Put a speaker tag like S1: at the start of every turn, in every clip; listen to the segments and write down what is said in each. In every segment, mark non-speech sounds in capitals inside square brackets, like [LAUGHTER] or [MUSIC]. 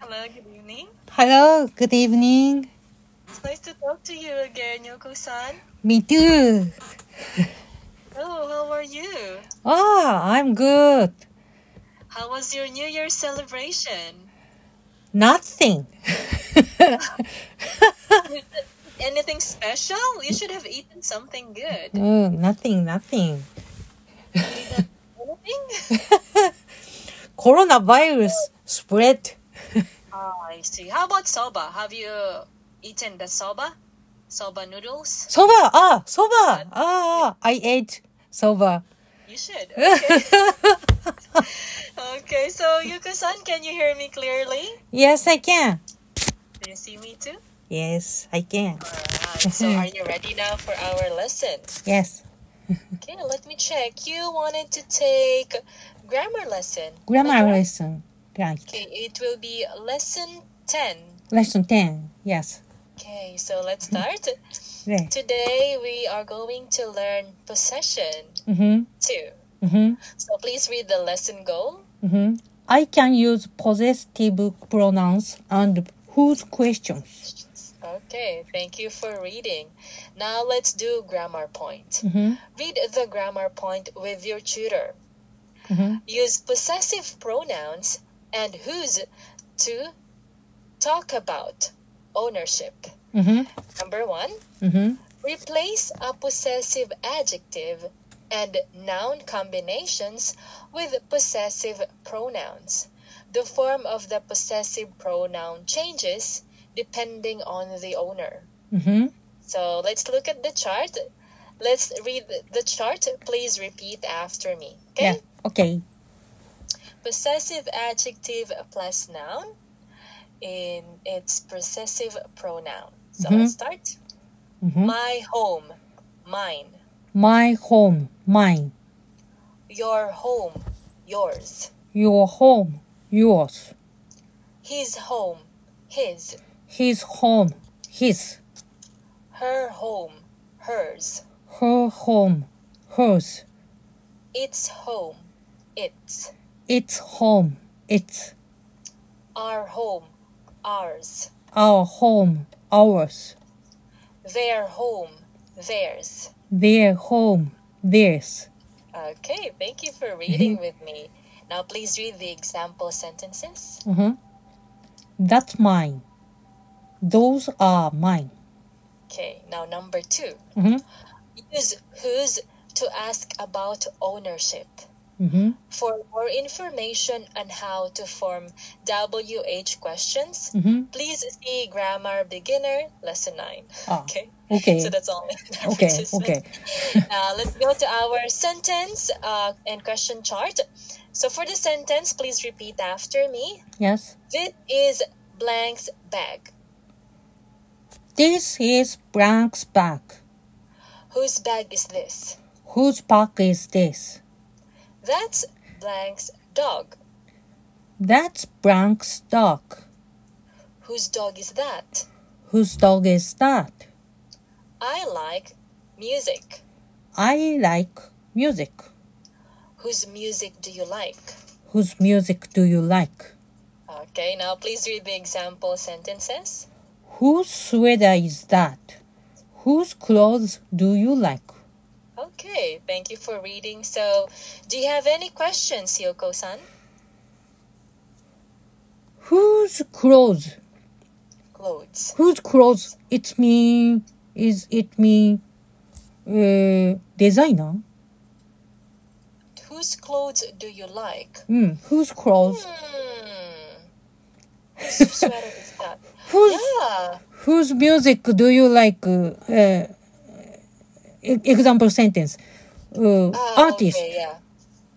S1: Hello, good evening.
S2: Hello, good evening.
S1: It's nice to talk to you again, Yoko-san.
S2: Me too.
S1: Oh, how are you?
S2: Ah, I'm good.
S1: How was your New Year celebration?
S2: Nothing. [LAUGHS]
S1: Anything special? You should have eaten something good.
S2: Mm, nothing, nothing. [LAUGHS]
S1: Anything?
S2: Coronavirus spread.
S1: Ah, I see. How about soba? Have you eaten the soba? Soba noodles?
S2: Soba, ah, soba. Ah, I ate soba. [LAUGHS]
S1: You should. Okay. okay, so Yuko-san, can you hear me clearly?
S2: Yes, I can.
S1: Do you see me too?
S2: Yes, I can.
S1: Alright, so are you ready now for our lesson?
S2: Yes.
S1: Okay, let me check. You wanted to take grammar lesson.
S2: Grammar
S1: Okay.
S2: lesson. Right.
S1: Okay, it will be lesson 10.
S2: Lesson 10. Yes.
S1: Okay, so let's start.
S2: Right.
S1: Today we are going to learn possession
S2: Mm-hmm.
S1: 2.
S2: Mm-hmm.
S1: So please read the lesson goal.
S2: Mm-hmm. I can use possessive pronouns and whose questions.
S1: Okay, thank you for reading. Now let's do grammar point.
S2: Mm-hmm.
S1: Read the grammar point with your tutor.
S2: Mm-hmm.
S1: Use possessive pronouns and whose to talk about ownership.
S2: Mm-hmm.
S1: Number one,
S2: Mm-hmm.
S1: replace a possessive adjective and noun combinations with possessive pronouns. The form of the possessive pronoun changes depending on the owner.
S2: Mm-hmm.
S1: So let's look at the chart. Let's read the chart. Please repeat after me. Okay?
S2: Yeah. Okay.
S1: possessive adjective plus noun in its possessive pronoun. So
S2: Mhm.
S1: let's start.
S2: Mm-hmm.
S1: My home, mine.
S2: My home, mine.
S1: Your home, yours.
S2: Your home, yours.
S1: His home, his.
S2: His home, his.
S1: Her home, hers.
S2: Her home, hers.
S1: Its home, its.
S2: Its home, its.
S1: Our home, ours.
S2: Our home, ours.
S1: Their home, theirs.
S2: Their home, theirs.
S1: Okay, thank you for reading with me. Now please read the example sentences.
S2: Mm-hmm. That's mine. Those are mine.
S1: Okay, now number two.
S2: Mm-hmm.
S1: Use whose to ask about ownership.
S2: Mm-hmm.
S1: For more information on how to form WH questions,
S2: Mm-hmm.
S1: please see Grammar Beginner Lesson 9.
S2: Ah,
S1: Okay,
S2: okay.
S1: so that's all. [LAUGHS]
S2: Okay. Okay.
S1: Uh, let's go to our sentence uh, and question chart. So for the sentence, please repeat after me.
S2: Yes.
S1: This is blank's bag.
S2: This is Blank's bag.
S1: Whose bag is this?
S2: Whose bag is this?
S1: That's blank's dog.
S2: That's Blank's dog.
S1: Whose dog is that?
S2: Whose dog is that?
S1: I like music.
S2: I like music.
S1: Whose music do you like?
S2: Whose music do you like?
S1: Okay, now please read the example sentences.
S2: Whose sweater is that? Whose clothes do you like?
S1: Okay, thank you for reading. So, do you have any questions, Yoko san?
S2: Whose clothes?
S1: Clothes.
S2: Whose clothes? It's me. Is it me? Uh, designer.
S1: Whose clothes do you like?
S2: Mm, whose clothes?
S1: Hmm. Whose [LAUGHS] sweater is that? Ah,
S2: Whose
S1: Yeah.
S2: whose music do you like? Uh, uh, e- example sentence. Uh,
S1: Ah,
S2: artist.
S1: Okay, yeah.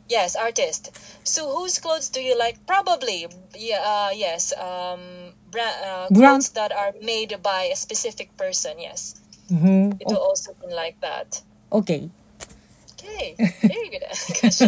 S1: Yes, artist. So, whose clothes do you like? Probably, yeah, uh, yes, um, bra- uh,
S2: Brand.
S1: clothes that are made by a specific person. Yes.
S2: hmm
S1: It will also be like that.
S2: Okay.
S1: Okay, very [LAUGHS] good question.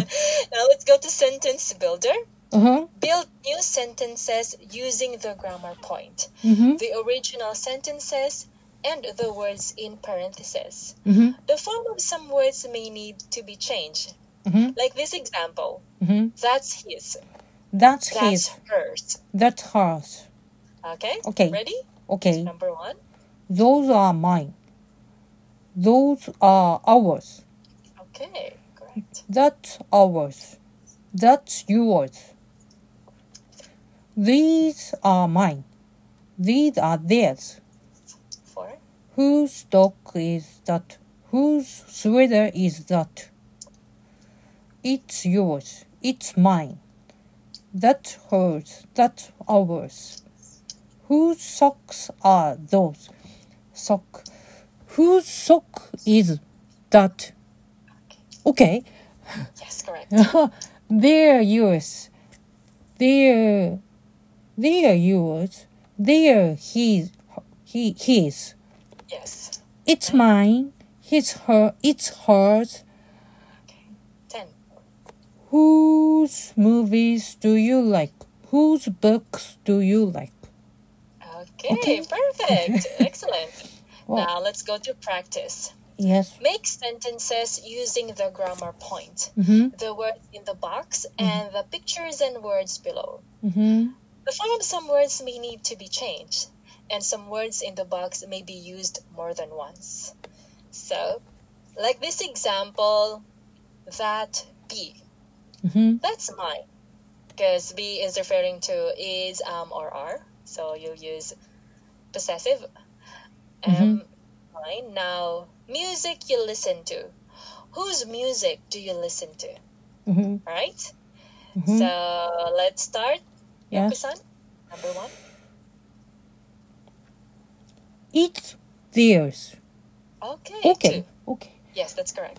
S1: Now let's go to sentence builder.
S2: Uh huh.
S1: Build new sentences using the grammar point,
S2: Mm-hmm.
S1: the original sentences, and the words in parentheses.
S2: Mm-hmm.
S1: The form of some words may need to be changed.
S2: Mm-hmm.
S1: Like this example,
S2: Mm-hmm.
S1: that's his, that's
S2: That's his.
S1: hers,
S2: That's hers.
S1: Okay?
S2: Okay.
S1: Ready?
S2: Okay.
S1: Number one.
S2: Those are mine. Those are ours.
S1: Okay, correct.
S2: That's ours. That's yours. These are mine. These are theirs.
S1: Four.
S2: Whose dog is that? Whose sweater is that? It's yours. It's mine. That's hers. That's ours. Whose socks are those? Sock. Whose sock is that? Okay. [LAUGHS]
S1: Yes, correct.
S2: they're yours. They're they're yours. They're his he his.
S1: Yes.
S2: It's mine. His her it's hers.
S1: Ten.
S2: Whose movies do you like? Whose books do you like?
S1: Okay,
S2: [LAUGHS]
S1: perfect. Excellent.
S2: Wow.
S1: Now let's go to practice.
S2: Yes.
S1: Make sentences using the grammar point,
S2: Mm-hmm.
S1: the words in the box, and the pictures and words below.
S2: Mm-hmm.
S1: The form of some words may need to be changed, and some words in the box may be used more than once. So, like this example, that bee.
S2: Mm-hmm.
S1: That's mine. Because B is referring to is, um, or are. So you use possessive. Um,
S2: Mm-hmm.
S1: Mine. Now, music you listen to. Whose music do you listen to?
S2: Mm-hmm.
S1: Right?
S2: Mhm.
S1: So let's start.
S2: Yes.
S1: Kusan, number one.
S2: It's theirs.
S1: Okay.
S2: Okay.
S1: two.
S2: Okay.
S1: Yes, that's correct.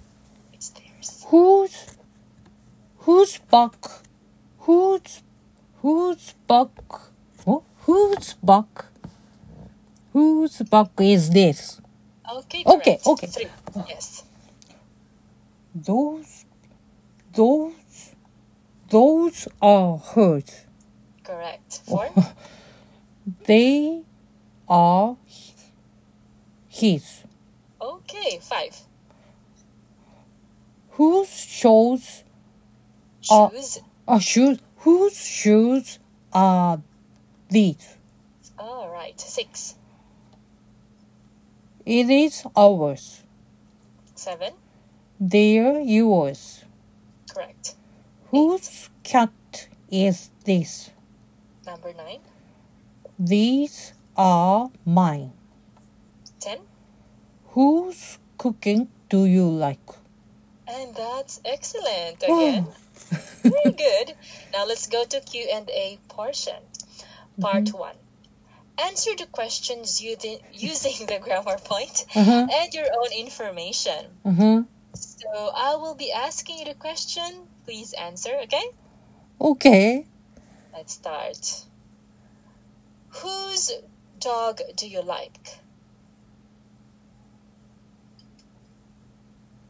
S1: It's theirs.
S2: Whose whose buck whose whose buck oh, whose buck whose buck is this?
S1: Okay.
S2: Okay,
S1: Correct.
S2: okay.
S1: Three. Yes.
S2: Those those those are hers.
S1: Correct.
S2: Oh. [LAUGHS]
S1: Four.
S2: They are his.
S1: Okay. Five.
S2: Whose shoes Uh,
S1: Shoes.
S2: are shoes whose shoes are these?
S1: All right. Six.
S2: It is ours.
S1: Seven.
S2: They're yours.
S1: Correct.
S2: Whose cat is this?
S1: Number nine.
S2: These are mine.
S1: Ten.
S2: Whose cooking do you like? Uh-huh,
S1: And that's excellent again. Very good. Now let's go to Q&A portion. Part
S2: Mm-hmm.
S1: 1. Answer the questions using, [LAUGHS] using the grammar point
S2: Uh-huh.
S1: and your own information.
S2: Uh-huh.
S1: So I will be asking you the question. Please answer, okay?
S2: Okay.
S1: Let's start. Whose dog do you like?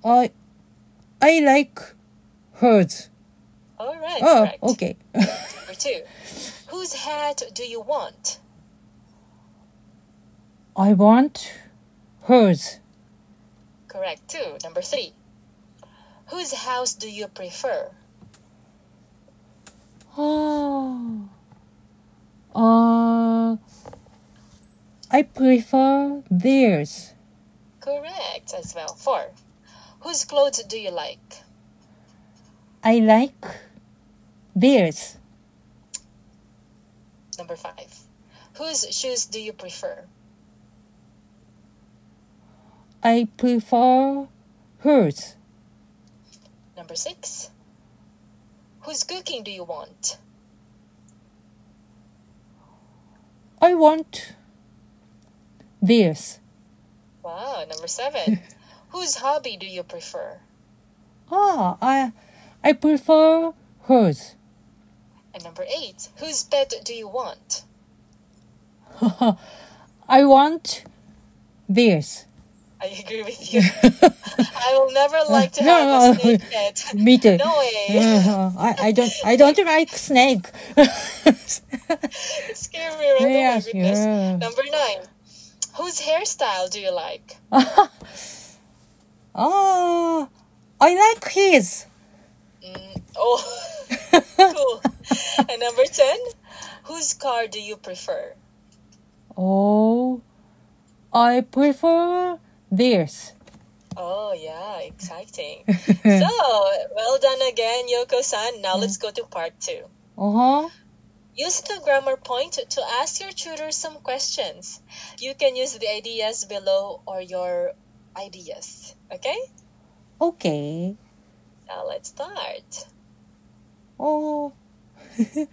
S2: I I like hers.
S1: All right,
S2: Oh,
S1: correct.
S2: okay. [LAUGHS]
S1: Number 2. Whose hat do you want?
S2: I want hers.
S1: Correct, too. Number three. Whose house do you prefer?
S2: Ah. Uh, I prefer theirs.
S1: Correct, as well. Four. Whose clothes do you like?
S2: I like theirs.
S1: Number five. Whose shoes do you prefer?
S2: I prefer hers.
S1: Number six. Whose cooking do you want?
S2: I want theirs.
S1: Wow, number
S2: [LAUGHS]
S1: seven. Whose hobby do you prefer?
S2: Ah, I, I prefer hers.
S1: And number eight. Whose pet do you want?
S2: I want theirs.
S1: I agree with
S2: [LAUGHS]
S1: you. I will never like to
S2: No,
S1: have a
S2: no.
S1: snake pet.
S2: [LAUGHS] Me too.
S1: No way.
S2: Uh, I, I don't I don't like snake. [LAUGHS]
S1: Scare me right now,
S2: Yes,
S1: my goodness.
S2: yeah.
S1: Number nine. Whose hairstyle do you like?
S2: ah, I like his. [LAUGHS]
S1: Oh, [LAUGHS] cool. and number 10, whose car do you prefer?
S2: Oh, I prefer
S1: [LAUGHS]
S2: theirs.
S1: Oh, yeah, exciting. so, well done again, Yoko san. Now let's go to part two.
S2: Uh huh.
S1: Use the grammar point to ask your tutor some questions. You can use the ideas below or your ideas. Okay?
S2: Okay.
S1: Now let's start.
S2: Oh. [LAUGHS]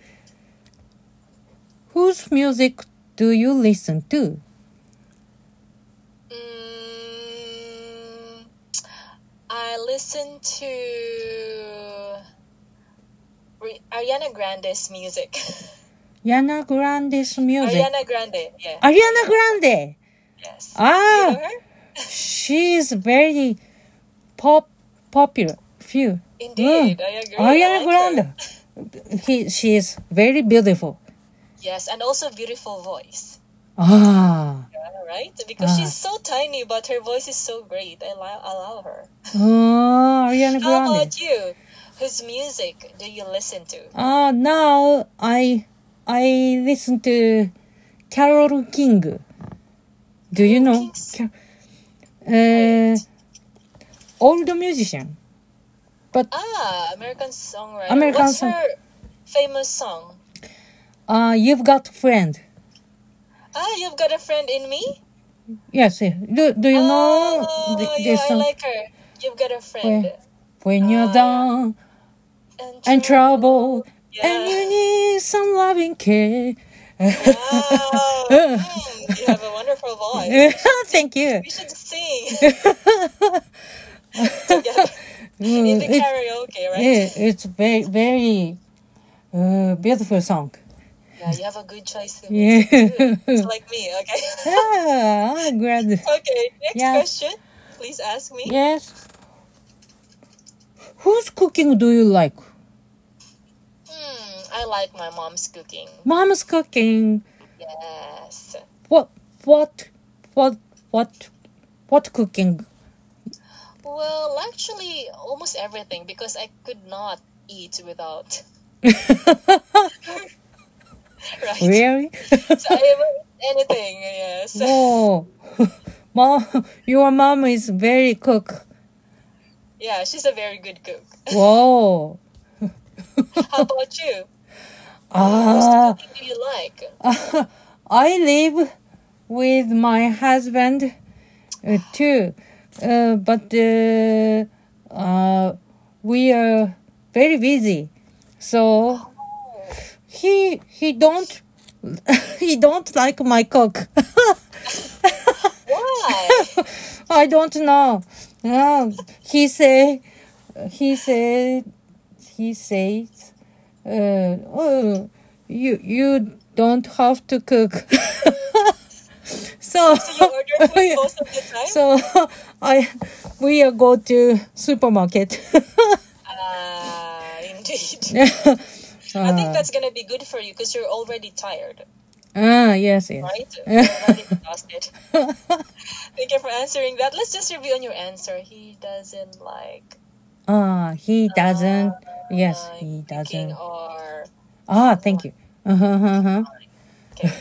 S2: Whose music do you listen to?
S1: Mm, I listen to Ri- Ariana Grande's music. [LAUGHS]
S2: Yana Grande's music.
S1: Ariana Grande, yeah.
S2: Ariana Grande.
S1: yes.
S2: Ah.
S1: You know her?
S2: She is very pop popular. Few.
S1: Indeed, I agree. I
S2: Mm. Ariana
S1: like her.
S2: Grande. He, she is very beautiful.
S1: Yes, and also beautiful voice.
S2: Ah.
S1: All right, because
S2: Ah.
S1: she's so tiny, but her voice is so great. I allow, allow her.
S2: Oh, Ariana
S1: How
S2: Grande.
S1: about you? Whose music do you listen to?
S2: Ah, now I I listen to Carol King. Do you know?
S1: Carole
S2: Ca- uh, old musician. But
S1: Ah, American songwriter.
S2: American
S1: What's
S2: song-
S1: her famous song?
S2: uh, you've got friend.
S1: Ah, you've got a friend in me.
S2: Yes. eh, Do, do you know
S1: oh,
S2: th-
S1: yeah,
S2: this
S1: I
S2: song?
S1: like her. You've got a friend.
S2: Where? When you're
S1: yeah.
S2: down and trouble and you need some loving care.
S1: Ah. Wow. Mm, you have a wonderful voice.
S2: [LAUGHS] Thank you.
S1: We should
S2: [LAUGHS]
S1: sing [LAUGHS] together in
S2: Mm,
S1: the
S2: it's-
S1: karaoke, right?
S2: Yeah, it's very very uh, beautiful song.
S1: Yeah, you have a good choice of
S2: Yeah.
S1: music too. It's like me, okay? [LAUGHS]
S2: ah, I'm glad.
S1: okay, next
S2: Yeah.
S1: question. Please ask me.
S2: Yes. Whose cooking do you like?
S1: Hmm, I like my mom's cooking.
S2: Mom's cooking.
S1: Yes.
S2: What what what what what cooking? [LAUGHS]
S1: Well, actually, almost everything because I could not eat without. right?
S2: Really?
S1: [LAUGHS]
S2: [LAUGHS]
S1: So I will- anything, yes.
S2: oh, [LAUGHS] mom, your mom is very cook.
S1: Yeah, she's a very good cook. [LAUGHS]
S2: Whoa.
S1: How about you?
S2: Ah.
S1: What do you like?
S2: uh, I live with my husband uh, too, uh, but uh, uh, we are very busy, so he he don't [LAUGHS] he don't like my cook. [LAUGHS]
S1: Oh, Why?
S2: I don't know. No, he say he say he says, uh, oh, you you don't have to cook. [LAUGHS] so.
S1: Do you
S2: [LAUGHS]
S1: order food most of the time?
S2: Oh, So [LAUGHS] I we are go to supermarket. [LAUGHS]
S1: Ah, indeed. I think
S2: uh,
S1: that's gonna be good for you because you're already tired,
S2: ah yes yes.
S1: right? You're already exhausted. Thank you for answering that. Let's just review on your answer. He doesn't like
S2: [LAUGHS] Ah he doesn't. Yes
S1: uh,
S2: he
S1: cooking
S2: doesn't.
S1: or
S2: Ah thank you. Uh-huh, uh-huh.
S1: Okay.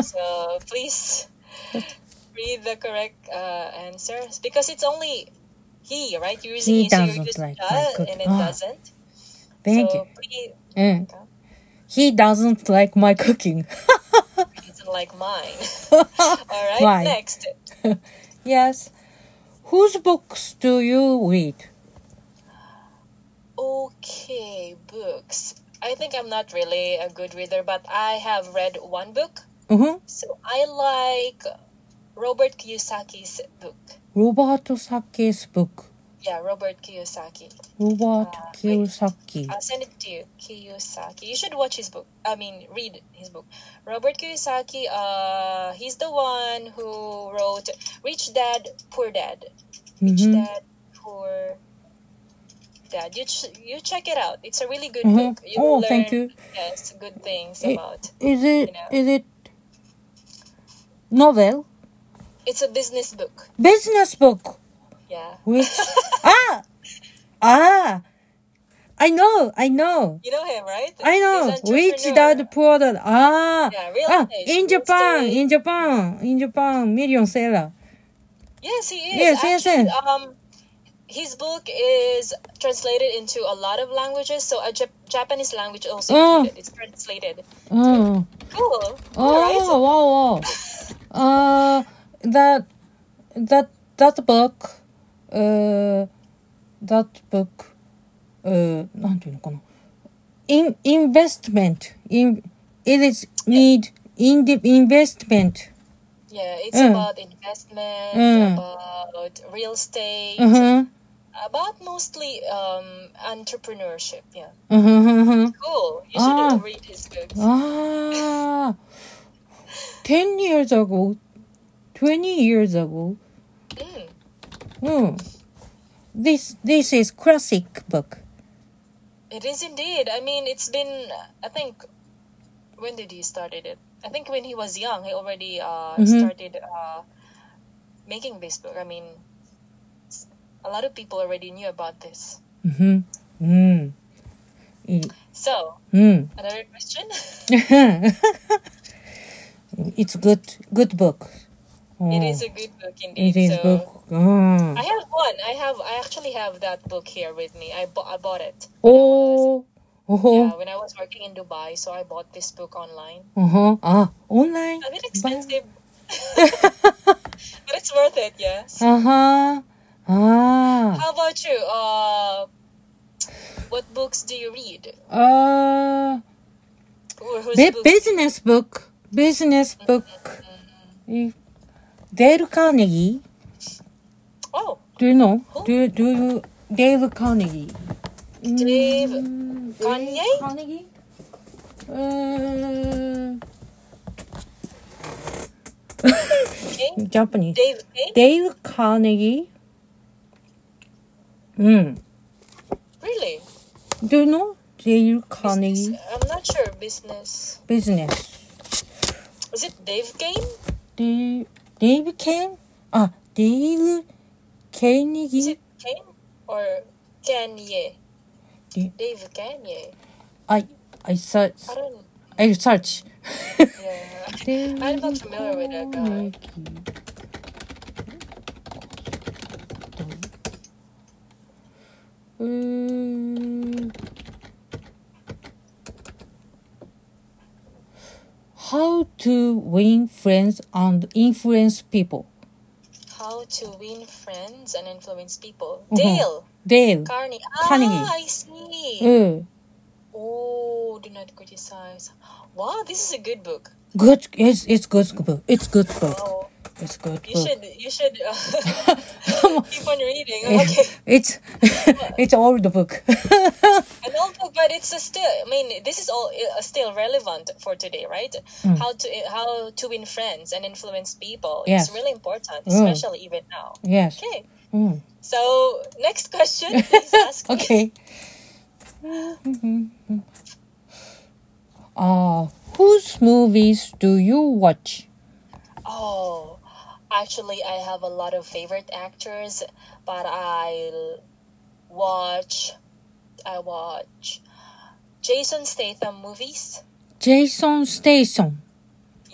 S1: so please read the correct uh, answer because it's only he, right? You're using
S2: He
S1: so you're
S2: doesn't
S1: just
S2: like
S1: da
S2: my cook-
S1: and it
S2: ah,
S1: doesn't.
S2: [LAUGHS] Thank
S1: so
S2: you.
S1: please
S2: Mm. He doesn't like my cooking. [LAUGHS]
S1: doesn't like mine. [LAUGHS] All right,
S2: Why?
S1: next.
S2: yes. Whose books do you read?
S1: Okay, books. I think I'm not really a good reader, but I have read one book.
S2: Uh-huh.
S1: So I like Robert Kiyosaki's book.
S2: Robert Kiyosaki's book.
S1: Yeah, Robert Kiyosaki.
S2: Robert
S1: Ah, wait.
S2: Kiyosaki.
S1: I'll send it to you. Kiyosaki. You should watch his book. I mean, read his book. Robert Kiyosaki, uh, he's the one who wrote Rich Dad, Poor Dad. Rich
S2: Mhm.
S1: Dad, Poor Dad. You, ch- you check it out. It's a really good
S2: Mhm.
S1: book. You
S2: Oh,
S1: will learn,
S2: thank you.
S1: Yes, good things
S2: Eh.
S1: about.
S2: Is it
S1: You know.
S2: is it novel?
S1: It's a business book. [LAUGHS]
S2: Business book.
S1: Yeah.
S2: Which ah ah I know, I know.
S1: You know him, right?
S2: I know.
S1: He's
S2: Which
S1: entrepreneur.
S2: that product? Ah,
S1: Yeah, real
S2: ah
S1: estate,
S2: in
S1: real
S2: Japan,
S1: estate.
S2: in Japan, in Japan, million seller.
S1: Yes, he is.
S2: Yes, yes,
S1: Actually,
S2: yes.
S1: Um, his book is translated into a lot of languages, so a Jap- Japanese language also
S2: Oh.
S1: included. It's translated.
S2: Oh,
S1: Cool.
S2: oh,
S1: All right.
S2: wow, wow. Uh, that, that, that book, uh, that book, uh, なんていうのかな。In, investment, in, it is need, in the investment.
S1: Yeah, it's
S2: Mm.
S1: about investment,
S2: Mm.
S1: about real estate,
S2: Uh-huh,
S1: about mostly um, entrepreneurship. Yeah.
S2: uh-huh, uh-huh.
S1: Cool. You
S2: Ah.
S1: should read his books.
S2: Ah, 10 years ago, 20 years ago.
S1: Mm.
S2: Hmm. This, this is classic book.
S1: It is indeed. I mean, it's been. uh, I think. When did he started it? I think when he was young, he already uh,
S2: Mhm.
S1: started uh, making this book. I mean, s- a lot of people already knew about this.
S2: うん。うん。い
S1: So,
S2: うん。
S1: another question. [LAUGHS]
S2: It's good, good book.
S1: it is a good book indeed.
S2: It is
S1: so
S2: book. うん
S1: I。have one. I have. I actually have that book here with me. I bought. I bought it.
S2: おー。お
S1: Yeah,
S2: ほ。
S1: when I was working in Dubai, so I bought this book online.
S2: おほ。あ、オンライン
S1: A bit expensive,
S2: [LAUGHS]
S1: [LAUGHS] but it's worth it. Yes.
S2: あは。あ
S1: How about you? Uh, what books do you read?
S2: あ。ああ。
S1: Or whose
S2: ビ
S1: books?
S2: ジネスブック。ビジネスブック。デール・カーネギー
S1: Oh,
S2: Do you know? Do, do you, デール・カーネギー。
S1: Dave Kanye?
S2: Carnegie? Uh,
S1: okay.
S2: Japanese.
S1: Dave Kay?
S2: Dale Carnegie? Mm.
S1: Really?
S2: Do you know Dale Carnegie?
S1: I'm not sure. Business.
S2: Business.
S1: Is it Dave Kane?
S2: Da- Dave Kane? Ah,
S1: Is
S2: Dale Carnegie?
S1: it Kane or Kanye?
S2: Da-
S1: Dave Kanye.
S2: I, I search.
S1: I don't.
S2: I search. [LAUGHS]
S1: Yeah.
S2: Dale
S1: I'm not familiar with that guy.
S2: Carnegie. Uh, how to win friends and influence people.
S1: How to win friends and influence people.
S2: Mhm.
S1: Dale
S2: Dale.
S1: Carnegie.
S2: Carnegie.
S1: Ah, I see.
S2: Uh,
S1: Oh, do not criticize. Wow, this is a good book.
S2: good. It's, it's good book. It's good book.
S1: Oh,
S2: It's good
S1: you
S2: book.
S1: should you should uh, [LAUGHS] keep on reading. Okay,
S2: it's [LAUGHS] it's old book. [LAUGHS]
S1: an old book, but it's a still. I mean, this is all uh, still relevant for today, right?
S2: Mm.
S1: How to uh, how to win friends and influence people.
S2: Yes.
S1: It's really important,
S2: Mm.
S1: especially even now.
S2: yes.
S1: Okay,
S2: Mm.
S1: so next
S2: [LAUGHS]
S1: question. Please ask.
S2: Okay. uh, whose movies do you watch?
S1: Oh, actually, I have a lot of favorite actors, but I l- watch, I watch Jason Statham movies.
S2: Jason Statham.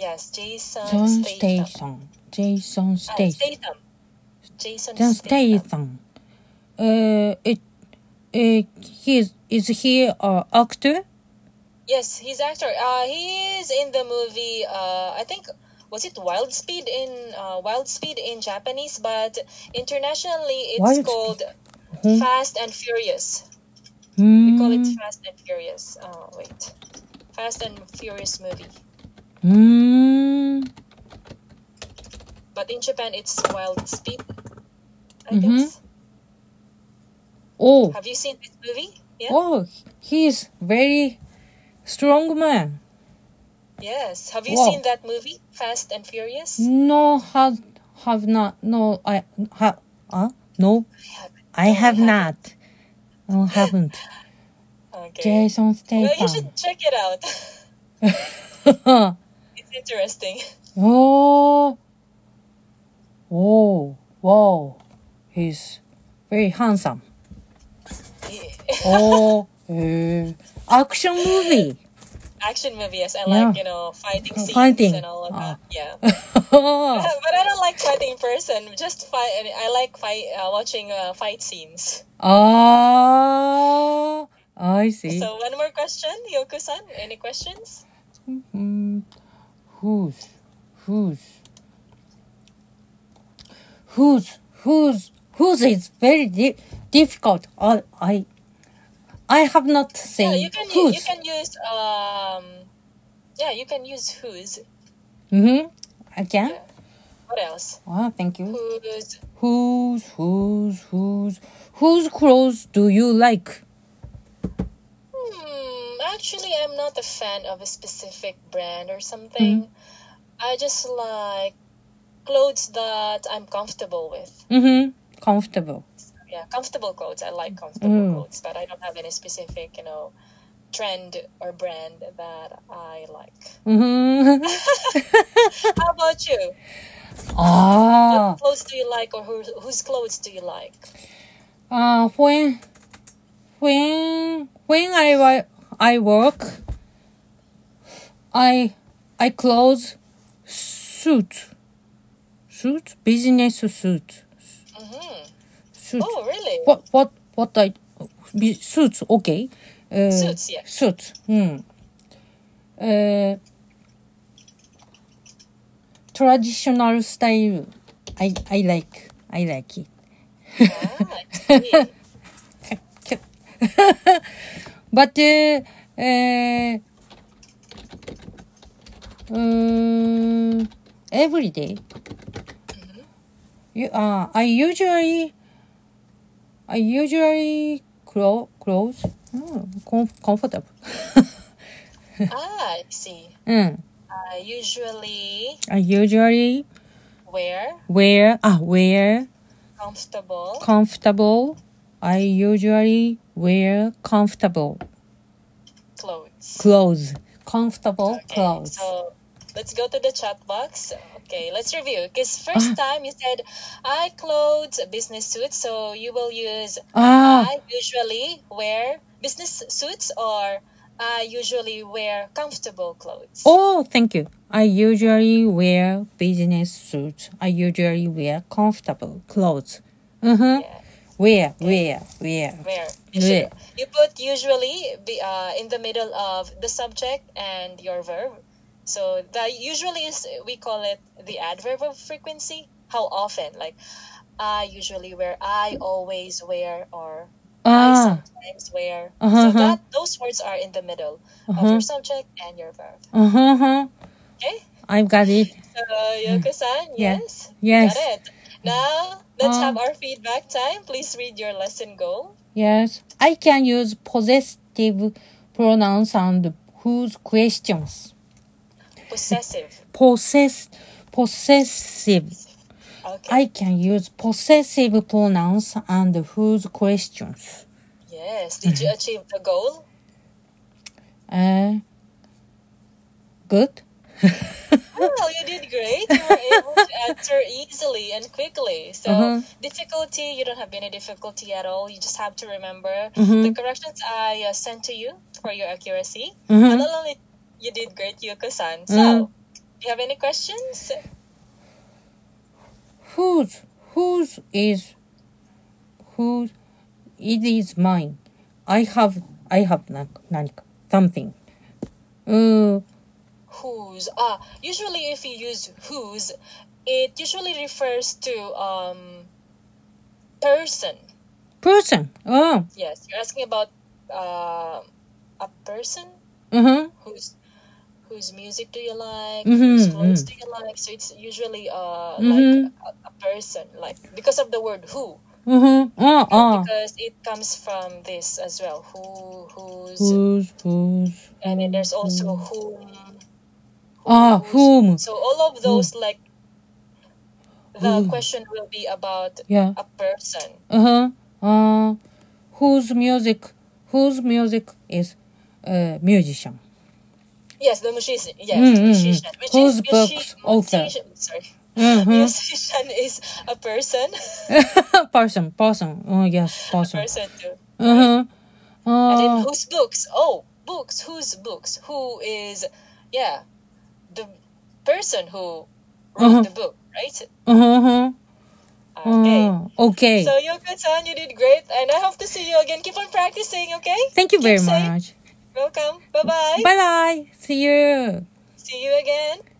S1: Yes, Jason
S2: Jason
S1: Statham.
S2: Statham. Jason
S1: Ah,
S2: Statham.
S1: Statham. Jason
S2: Jason
S1: Statham.
S2: Statham. Uh, it, uh, he is, is he a actor?
S1: Yes, he's actor. Uh, he is in the movie. Uh, I think was it Wild Speed in uh, Wild Speed in Japanese, but internationally it's
S2: Wild Speed.
S1: called
S2: Hmm.
S1: Fast and Furious. We call it
S2: Mm.
S1: Fast and Furious. Oh wait, Fast and Furious movie.
S2: Mm.
S1: But in Japan, it's Wild Speed. I
S2: Mhm.
S1: guess.
S2: Oh,
S1: Have you seen this movie? Yeah.
S2: oh, he is very strong man.
S1: Yes. Have you
S2: Wow.
S1: seen that movie, Fast and Furious?
S2: No, have have not. No, I have. Uh, no, I have not. No, haven't. Mm.
S1: Okay.
S2: Jason
S1: Well, you should
S2: Statham.
S1: check it out. [LAUGHS]
S2: [LAUGHS]
S1: it's interesting. [LAUGHS]
S2: oh, oh, wow. He's very handsome. oh, [LAUGHS] eh. action movie. [LAUGHS]
S1: Action movies. I
S2: Yeah. Uh,
S1: like, you know, fighting scenes
S2: Fighting.
S1: and all of that.
S2: Ah.
S1: Yeah.
S2: oh,
S1: [LAUGHS] but I don't like fighting in person. Just fight. I like fight uh, watching uh, fight scenes.
S2: ah, I see.
S1: So one more question, Yoku-san. Any questions?
S2: Mm, whose, whose, whose, whose, whose is very di- difficult. I, I, I have not
S1: Yeah,
S2: seen
S1: you can u-
S2: whose.
S1: you can use um, yeah, you can use who's.
S2: Mm-hmm. Again.
S1: Yeah. What else?
S2: Wow, thank you.
S1: Who's
S2: Whose, whose, whose, whose clothes do you like?
S1: Hmm, actually, I'm not a fan of a specific brand or something.
S2: Mm-hmm.
S1: I just like clothes that I'm comfortable with.
S2: Mm-hmm. Comfortable.
S1: Yeah, comfortable clothes. I like comfortable
S2: Mm.
S1: clothes, but I don't have any specific, you know, trend or brand that I
S2: [LAUGHS]
S1: like.
S2: Mm-hmm. [LAUGHS]
S1: How about you?
S2: ah.
S1: What clothes do you like, or who, whose clothes do you like?
S2: Uh, when, when, when I, wa- I work, I, I close suit, suit, business suit,
S1: hmm
S2: suit.
S1: Oh, really?
S2: What, what, what I, be- suits, okay. Uh,
S1: Suits,
S2: [LAUGHS]
S1: yeah.
S2: Suits, hmm. Uh, traditional style, I, I like, I like it.
S1: Ah, I see.
S2: but uh, uh, um, every day, you, uh, I usually I usually clo- close oh, com- comfortable.
S1: ah,
S2: [LAUGHS]
S1: I see.
S2: mm.
S1: I usually
S2: I usually
S1: wear
S2: wear ah wear
S1: comfortable.
S2: comfortable. I usually wear comfortable
S1: clothes.
S2: clothes. Comfortable clothes.
S1: So let's go to the chat box. Okay, let's review. Because first time you said I clothes business suits, so you will use
S2: ah.
S1: I usually wear business suits or I usually wear comfortable clothes.
S2: Oh, thank you. I usually wear business suit. I usually wear comfortable clothes. Uh-huh.
S1: Yeah.
S2: Wear, wear, wear.
S1: Where
S2: Wear.
S1: you put usually be, uh, in the middle of the subject and your verb. So that usually is we call it the adverb of frequency. How often? Like I usually wear, I always wear, or I
S2: Ah,
S1: sometimes wear.
S2: Uh-huh.
S1: So that those words are in the middle of your subject and your verb.
S2: uh-huh.
S1: Okay.
S2: I've got it.
S1: So Yoko-san,
S2: Yeah.
S1: yes,
S2: Yes.
S1: got it. Now let's
S2: Um,
S1: have our feedback time. Please read your lesson goal.
S2: Yes. I can use possessive pronouns and whose questions.
S1: Possessive.
S2: Possess, possessive.
S1: Okay.
S2: I can use possessive pronouns and whose questions.
S1: Yes. Did you achieve the goal?
S2: Uh, good. [LAUGHS]
S1: Well, you did great. You were able to answer easily and quickly. So
S2: Uh-huh.
S1: difficulty, you don't have any difficulty at all. You just have to remember
S2: Mhm.
S1: the corrections I uh, sent to you for your accuracy.
S2: Mhm.
S1: And not only you did great, Yuko-san. So,
S2: Mhm.
S1: do you have any questions?
S2: whose whose is whose it is mine i have i have na- nanka- something uh,
S1: Whose? Ah, usually if you use whose, it usually refers to um person.
S2: person oh
S1: Yes, you're asking about uh, a person.
S2: uh-huh
S1: whose whose music do you like
S2: Mhm,
S1: whose clothes
S2: mm.
S1: do you like so it's usually uh
S2: Mhm.
S1: like a, a person like because of the word who
S2: uh-huh oh oh
S1: because it comes from this as well who whose
S2: whose whose
S1: and then there's also whom
S2: Mm-hmm. ah
S1: whose.
S2: whom Mm.
S1: so all of those like the
S2: Who.
S1: question will be about
S2: yeah
S1: a person
S2: uh-huh uh whose music whose music is uh musician
S1: yes the musician yes
S2: Mm, mm,
S1: musician
S2: mm.
S1: which
S2: Whose
S1: is musi-
S2: books author?
S1: musician sorry [LAUGHS]
S2: uh-huh. [LAUGHS]
S1: musician is a person [LAUGHS]
S2: person person oh yes person
S1: person too
S2: Uh-huh.
S1: And then
S2: Oh,
S1: whose books? Oh, books. Whose books? Who is, yeah, the person who wrote
S2: Uh-huh.
S1: the book, right?
S2: uh-huh.
S1: Okay.
S2: Oh, okay.
S1: So Yoko-san, you did great, and I hope to see you again. Keep on practicing, okay?
S2: Thank you
S1: keep
S2: very
S1: safe.
S2: much.
S1: Welcome. Bye bye.
S2: Bye bye. See you.
S1: See you again.